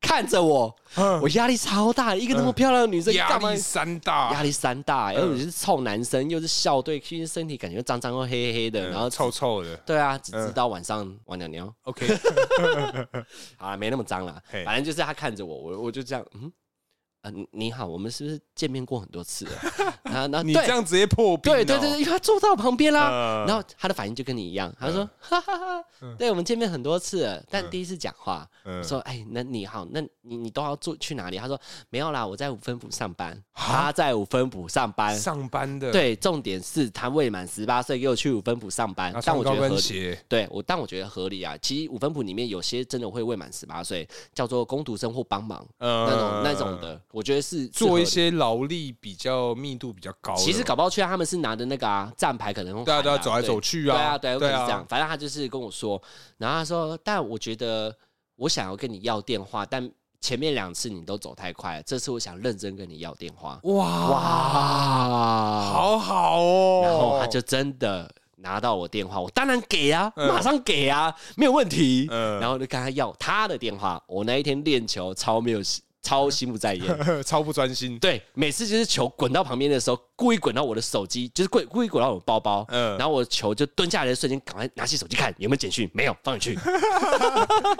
看着我，
哼
我压力超大，一个那么漂亮的女生
嗯压
干嘛
力？啊嗯山
压
大，
力山大，尤其是臭男生，又是校队，其实身体感觉脏脏又黑黑的，
嗯
然后
臭臭的
对啊，只知道晚上玩尿尿。
，OK，
[LAUGHS] 好啦，没那么脏啦
嘿，
反正就是他看着我，我我就这样，嗯，啊，你你好，我们是不是见面过很多次了？啊，那
[LAUGHS] 你
对
这样直接破冰哦，
对对对，对因为他坐到我旁边啊啦
嗯，
然后他的反应就跟你一样，他说，哈哈哈，对我们见面很多次了，但第一次讲话，
嗯
我说，哎，那你好，那你你都要住去哪里？他说没有啦，我在五分埔上班，他在五分埔上班。
上班的，
哎对，重点是他未满十八岁，给我去五分埔上班
然后，
但
穿
我觉
啊高
得合
跟
理。
鞋，
对我，但我觉得合理啊。其实五分谱里面有些真的会未满十八岁，叫做工读生或帮忙
呃
那种那种的，我觉得是是合
做
理
一。些劳力比较密度比较高的。
其实搞不好去他们是拿的那个啊站牌，可能会
对啊
喊
对啊，走来走去啊，
对啊，对啊，有可
对
能是
啊，
这样。反正他就是跟我说，然后他说，但我觉得我想要跟你要电话，但前面两次你都走太快了，这次我想认真跟你要电话。
哇
哇，
好好哦。
然后他就真的拿到我电话，我当然给啊，
嗯
马上给啊，没有问题。
嗯
然后就跟他要他的电话。我那一天练球超没有超心不在焉。
[LAUGHS] 超不专心，
对，每次就是球滚到旁边的时候，故意滚到我的手机，就是故意故意滚到我包包，
嗯
然后我球就蹲下来的瞬间，赶快拿起手机看有没有简讯，没有，
[LAUGHS]
放回去，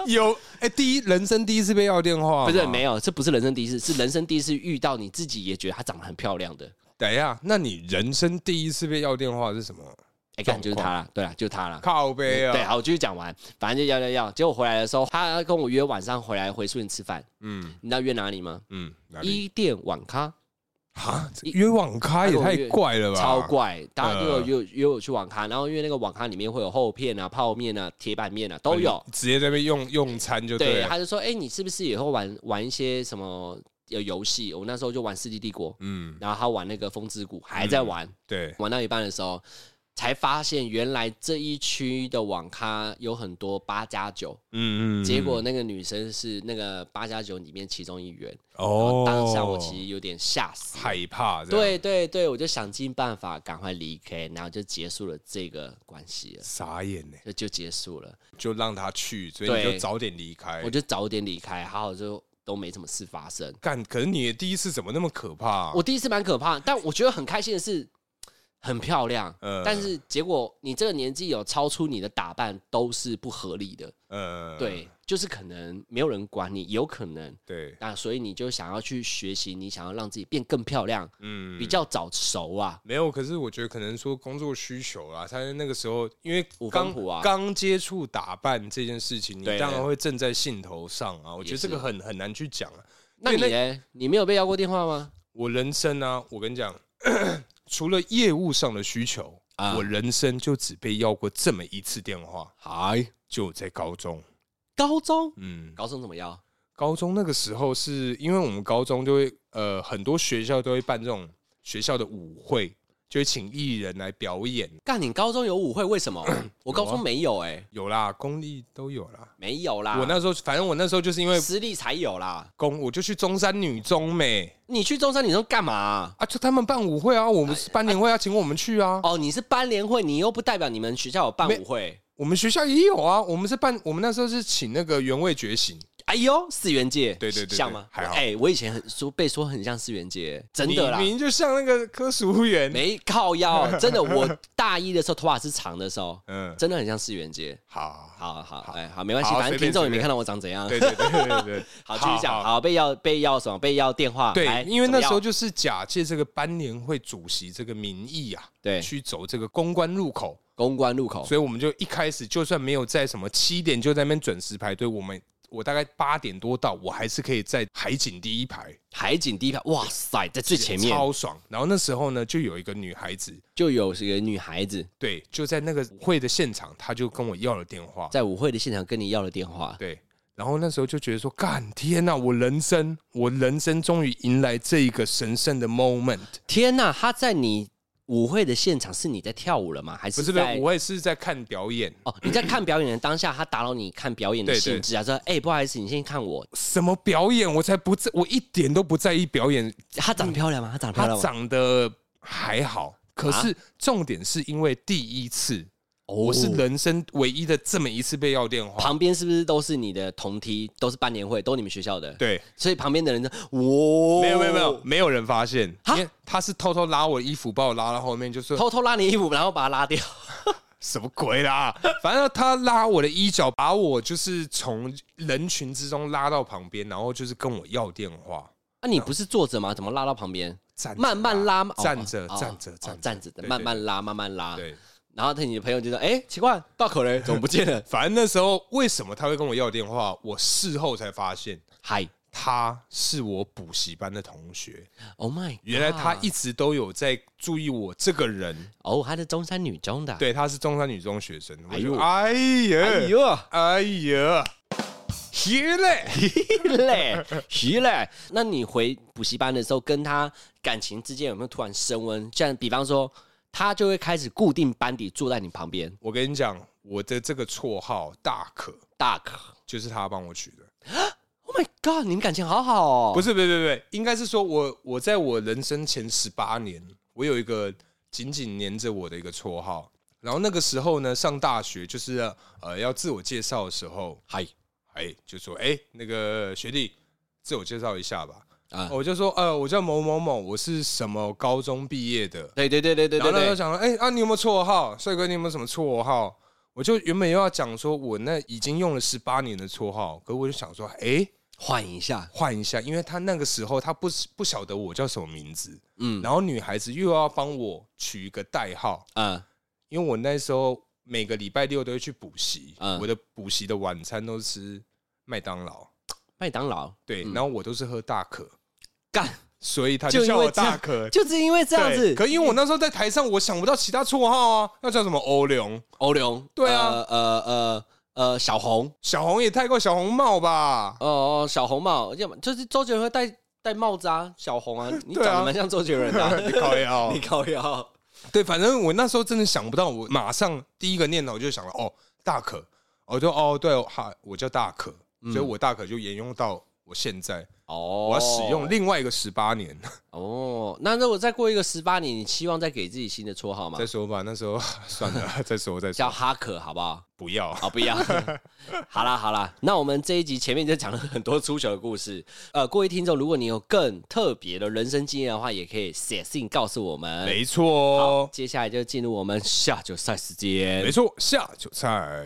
有哎、第一人生第一次被要电话，
不是没
有。
有，这不是人生第一次，是人生第一次遇到你自己也觉得她长得很漂亮的，
等一下，那你人生第一次被要电话是什么？
哎、感就是她啦，对啦，就是她啦，
靠背啊，
对，好，我继续讲完，反正就要要要，结果回来的时候，他跟我约晚上回来回宿营吃饭，
嗯
你知道约哪里吗？
嗯，哪里
一店网咖，
啊？这约网咖也太怪了吧？
超，怪，大家就
呃
约我约我去网咖，然后因为那个网咖里面会有厚片啊、泡面啊、铁板面啊都有，
直接在那边用用餐就
对，
了。
他就说，哎、你是不是也会玩玩一些什么呃游戏？我那时候就玩《世纪帝国》，
嗯，
然后他玩那个《风之谷》，还在玩，
对，
玩到一半的时候。才发现，原来这一区的网咖有很多八加九，
嗯嗯。
结果那个女生是那个八加九里面其中一员，然
哦
后，当下我其实有点吓死。
害怕，这样，
对对对，我就想尽办法赶快离开，然后就结束了这个关系了，
傻眼呢，
就就结束了。
就让他去，所以你
对
就早点离开
我。就早点离开，还好就都没什么事发生。
干，可是你的第一次怎么那么可怕啊？
我第一次蛮可怕，但我觉得很开心的是，很漂亮。
呃
但是结果你这个年纪有超出你的打扮都是不合理的，
呃，
对，就是可能没有人管你，有可能
对，
那所以你就想要去学习，你想要让自己变更漂亮，
嗯，
比较早熟啊。
没有，可是我觉得可能说工作需求啦，他那个时候因为
五分
刚
谱啊
刚接触打扮这件事情，你
对
当然会正在兴头上啊。我觉得
也是
这个很很难去讲啊。
那
对
你呢？你没有被要过电话吗？
我人生啊，我跟你讲，除了业务上的需求，
啊
我人生就只被要过这么一次电话，
嗨，
就在高中。
高中，
嗯，
高中怎么要？
高中那个时候是因为我们高中就会呃很多学校都会办这种学校的舞会，就会请艺人来表演。
干，你高中有舞会？
[CLEARS THROAT]
为什么？我高中没有，哎，
有啊啦，公立都有啦。
没有啦。
我那时候，反正我那时候就是因为
私立才有啦。
公，我就去中山女中美
你去中山女中干嘛啊？
啊，就他们办舞会啊，我们是班年会啊，请我们去啊，
哦，你是班联会，你又不代表你们学校有办舞会。
我们学校也有啊，我们是办，我们那时候是请那个原味觉醒，
哎呦，四元界，
对对对对
像吗？
还好
哎、我以前很说被说很像四元界，真的啦
你，明明就像那个科属员，
没靠腰，
[LAUGHS]
真的。我大一的时候头发是长的时候，
嗯，
真的很像四元界。
好，
好好，哎、好，没关系，
好
反正
随便
听众也
随
没
便
看到我长怎样。
对对对对
[LAUGHS]
对，
好，继续讲。好，被要被要什么？被要电话。来
对，因为那时候
怎么
就是假借这个班年会主席这个名义啊，
对哦
去走这个公关入口，
样公关路口，
所以我们就一开始就算没有在什么七点就在那边准时排队，我们我大概八点多到，我还是可以在海景第一排，
海景第一排，哇塞，在最前面
超爽。然后那时候呢，就有一个女孩子，
就有一个女孩子
对，就在那个舞会的现场，她就跟我要了电话，
在舞会的现场跟你要了电话。
对。然后那时候就觉得说，干天呐、我人生，我人生终于迎来这一个神圣的 moment。
天呐，她在你舞会的现场是你在跳舞了吗？还
不
是
是不是
在，
我也是在看表演，
哦，你在看表演的当下，他打扰你看表演的
对对
性质啊，说哎、不好意思，你先看我。
什么表演？我才不在，我一点都不在意表演，
她长得漂亮吗？她长得漂
她
亮
嗯
吗？
长得还好，可是重点是因为第一次，
啊哦
我是人生唯一的这么一次被要电话。
旁边是不是都是你的同梯，都是班年会，都你们学校的？，
对，
所以旁边的人就哦哇，
没有没有没有，没有人发现，
哈
因为他是偷偷拉我衣服，把我拉到后面，就说
偷偷拉你衣服，然后把他拉掉。
什么鬼啦？ [LAUGHS] 反正他拉我的衣角，把我就是从人群之中拉到旁边，然后就是跟我要电话，
啊，你不是坐着吗？怎么拉到旁边？
站着啊
慢慢拉吗，哦
站着
哦
站着
哦
站着
站着的，
对
慢慢拉，慢慢拉。
对。
然后他你的朋友就说：“哎，奇怪，道口嘞，怎么不见了
反正那时候为什么他会跟我要电话，我事后才发现？”
嗨
他是我补习班的同学，
，Oh my，God
原来他一直都有在注意我这个人。
哦，他是中山女中的，，
对，他是中山女中学生。
哎
哎
呦
呦，哎
哎
呀，
呦，
哎呀，虚嘞，
嘞，徐嘞。那你回补习班的时候，跟他感情之间有没有突然升温？像比方说，他就会开始固定班底坐在你旁边，
我跟你讲，我的这个绰号大可
大可。
就是他帮我取的，
Oh my god！你们感情好好哦。
不
是，
是，不是，不是不是，应该是说我我在我人生前十八年，我有一个紧紧黏着我的一个绰号。然后那个时候呢，上大学就是呃要自我介绍的时候，
嗨
哎，就说哎那个学弟，自我介绍一下吧。
啊，
我就说呃我叫某某某，我是什么高中毕业的。
对对对对对
然后
对
他就
对，
想说，哎、啊，你有没有绰号？帅哥，你有没有什么绰号？我就原本又要讲说，我那已经用了十八年的绰号，可我就想说，哎、
换一下，
换一下，因为他那个时候他不不晓得我叫什么名字，
嗯
然后女孩子又要帮我取一个代号，
嗯，
因为我那时候每个礼拜六都会去补习，
嗯
我的补习的晚餐都是吃麦当劳，
麦当劳
对，然后我都是喝大可，
干，
所以他
嗯就
就
因
叫
为
我
这样
大可。
就是因为这样
对
子。
可因为我那时候在台上，我想不到其他绰号啊，要叫什么欧龙、
欧龙，
对啊
呃呃呃呃，小红，
小红也太过小红帽吧？
哦哦，小红帽，要么就是周杰伦会戴戴帽子啊，小红
[LAUGHS]
啊，你
对
长
啊
得蛮像周杰伦的啊、
[LAUGHS] 你靠腰
[LAUGHS] 你靠腰，
对，反正我那时候真的想不到，我马上第一个念头就想了，哦，大可，我就哦，对，哈，我叫大可，所以我大可就沿用到我现在，
嗯哦，
我要使用另外一个十八年。
哦，那如果再过一个十八年，你期望再给自己新的绰号吗
再？说吧，那时
[LAUGHS]
候算了，再说再
叫
说，
哈可好不
[LAUGHS]
好？
不要。
好，不要。 [LAUGHS] 好啦好啦，那我们这一集前面就讲了很多出糗的故事。呃，各位听众，如果你有更特别的人生经验的话，也可以写信告诉我们。
没错哦，
接下来就进入我们下酒赛时间
没。错，下酒菜，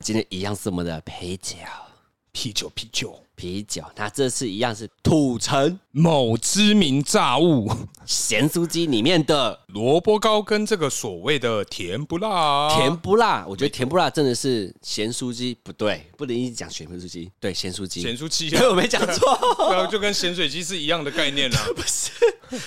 今天一样是我们的啤酒，
啤酒，啤酒，
啤酒。那这次一样是土城
某知名炸物，
咸酥鸡里面的
萝卜糕跟这个所谓的甜不辣，
甜不辣。我觉得甜不辣真的是咸酥鸡不对，不能一直讲咸酥鸡，对咸酥鸡。
咸酥鸡 [LAUGHS] 啊
[LAUGHS] 对，，我没讲错，
对啊就跟咸水鸡是一样的概念啊。
不是。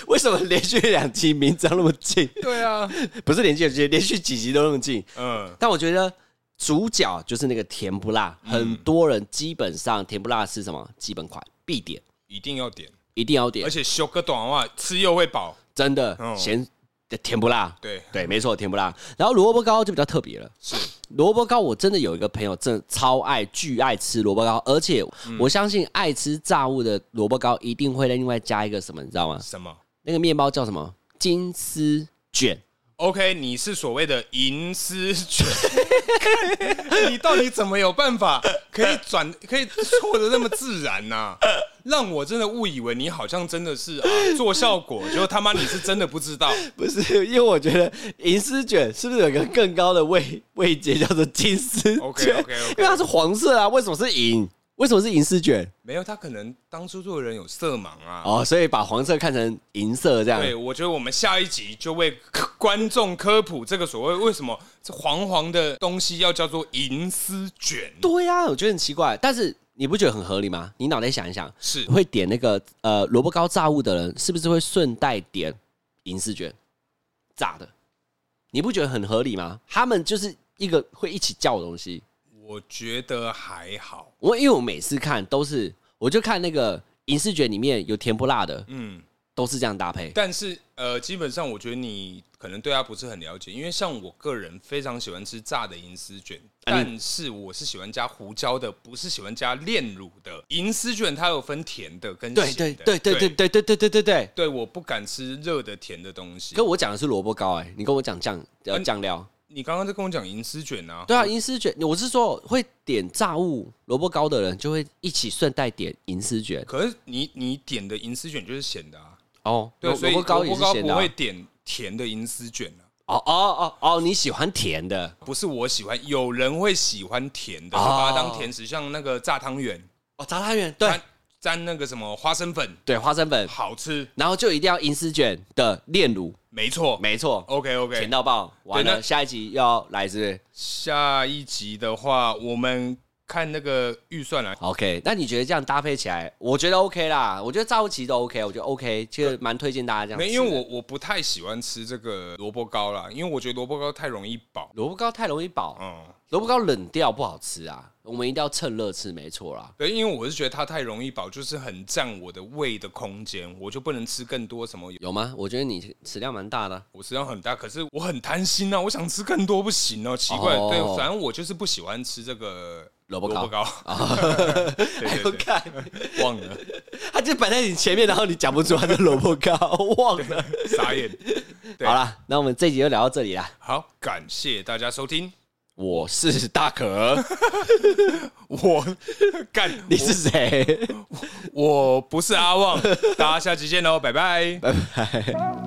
为什么连续两集名字要那么近？ [LAUGHS]
对啊，
不是连续两集，连续几集都那么近。
[LAUGHS] 嗯，
但我觉得主角就是那个甜不辣，很多人基本上甜不辣是什么基本款必点，
一定要点。
一定要点
而，且修个短袜吃又会饱，
真的
嗯
咸的甜不辣。
对，
对，没错，甜不辣。然后萝卜糕就比较特别了。
是
萝卜糕，我真的有一个朋友，真的超爱、巨爱吃萝卜糕，而且我相信爱吃炸物的萝卜糕一定会另外加一个什么，你知道吗？
什么
那个面包叫什么？金丝卷。
？OK，你是所谓的银丝 [LAUGHS] 卷，你到底怎么有办法可以转可以错的那么自然呐、让我真的误以为你好像真的是啊做效果，结果他妈你是真的不知道。
不是，因为我觉得银丝卷是不是有一个更高的位 [LAUGHS] 位阶叫做金丝卷
OK，OK，OK
因为它是黄色啊，为什么是银？为什么是银丝卷？
没有，他可能当初做的人有色盲啊。
哦，所以把黄色看成银色这样。
对，我觉得我们下一集就为 [LAUGHS] 观众科普这个所谓为什么这黄黄的东西要叫做银丝卷，
对呀、我觉得很奇怪，但是你不觉得很合理吗？你脑袋想一想，
是
会点那个呃萝卜糕炸物的人，是不是会顺带点银丝卷炸的？你不觉得很合理吗？他们就是一个会一起叫的东西。
我觉得还好。
我因为我每次看都是，我就看那个银丝卷里面有甜不辣的，
嗯，
都是这样搭配。
但是呃，基本上我觉得你可能对它不是很了解，因为像我个人非常喜欢吃炸的银丝卷，
啊
但是我是喜欢加胡椒的，不是喜欢加炼乳的。银丝卷它有分甜的跟
对
咸
对
的
对对对
对
对对对对对对。
对，我不敢吃热的甜的东西
可。我讲的是萝卜糕哎、你跟我讲酱呃
嗯
酱料，
你刚刚在跟我讲银丝卷啊，
对啊，银丝卷，我是说会点炸物萝卜糕的人就会一起顺带点银丝卷
可是你你点的银丝卷就是咸的啊，
哦，
对，
萝
所以
萝卜糕也是咸
不
的啊、
会点甜的银丝卷啊。
哦哦哦哦，你喜欢甜的
不是我喜欢，有人会喜欢甜的，
哦
就把它当甜食，像那个炸汤圆，
哦，炸汤圆对
沾沾那个什么花生粉，
对花生粉，
好吃，
然后就一定要银丝卷的炼乳，
没错。
没错，
OK
甜
OK，
到爆，完
对
了
那
下一集要来是不是？
下一集的话，我们看那个预算啊来。
OK，那你觉得这样搭配起来，我觉得 OK 啦，我觉得赵琪都 OK，我觉得 OK，其实蛮推荐大家这样吃的。
没，因为我我不太喜欢吃这个萝卜糕啦，因为我觉得萝卜糕太容易饱。
萝卜糕太容易饱，
嗯，
萝卜糕冷掉不好吃啊，我们一定要趁热吃，没错啦。
对，因为我是觉得它太容易饱，就是很占我的胃的空间，我就不能吃更多什么。
有吗？我觉得你食量蛮大的啊，
我食量很大，可是我很贪心啊，我想吃更多不行哦、奇怪，
哦
对，反正我就是不喜欢吃这个
萝卜
萝
糕
卜。糕，
[LAUGHS] 哎
对
呦
对对，
[LAUGHS] 看，
忘了，
他就摆在你前面，然后你讲不出来的萝卜糕，忘了。
傻眼。对
好啦，那我们这集就聊到这里啦。
好，感谢大家收听，
我是大可，
我干，
你是谁？
哦我我不是阿旺，大家下期见喽，拜拜。
拜拜。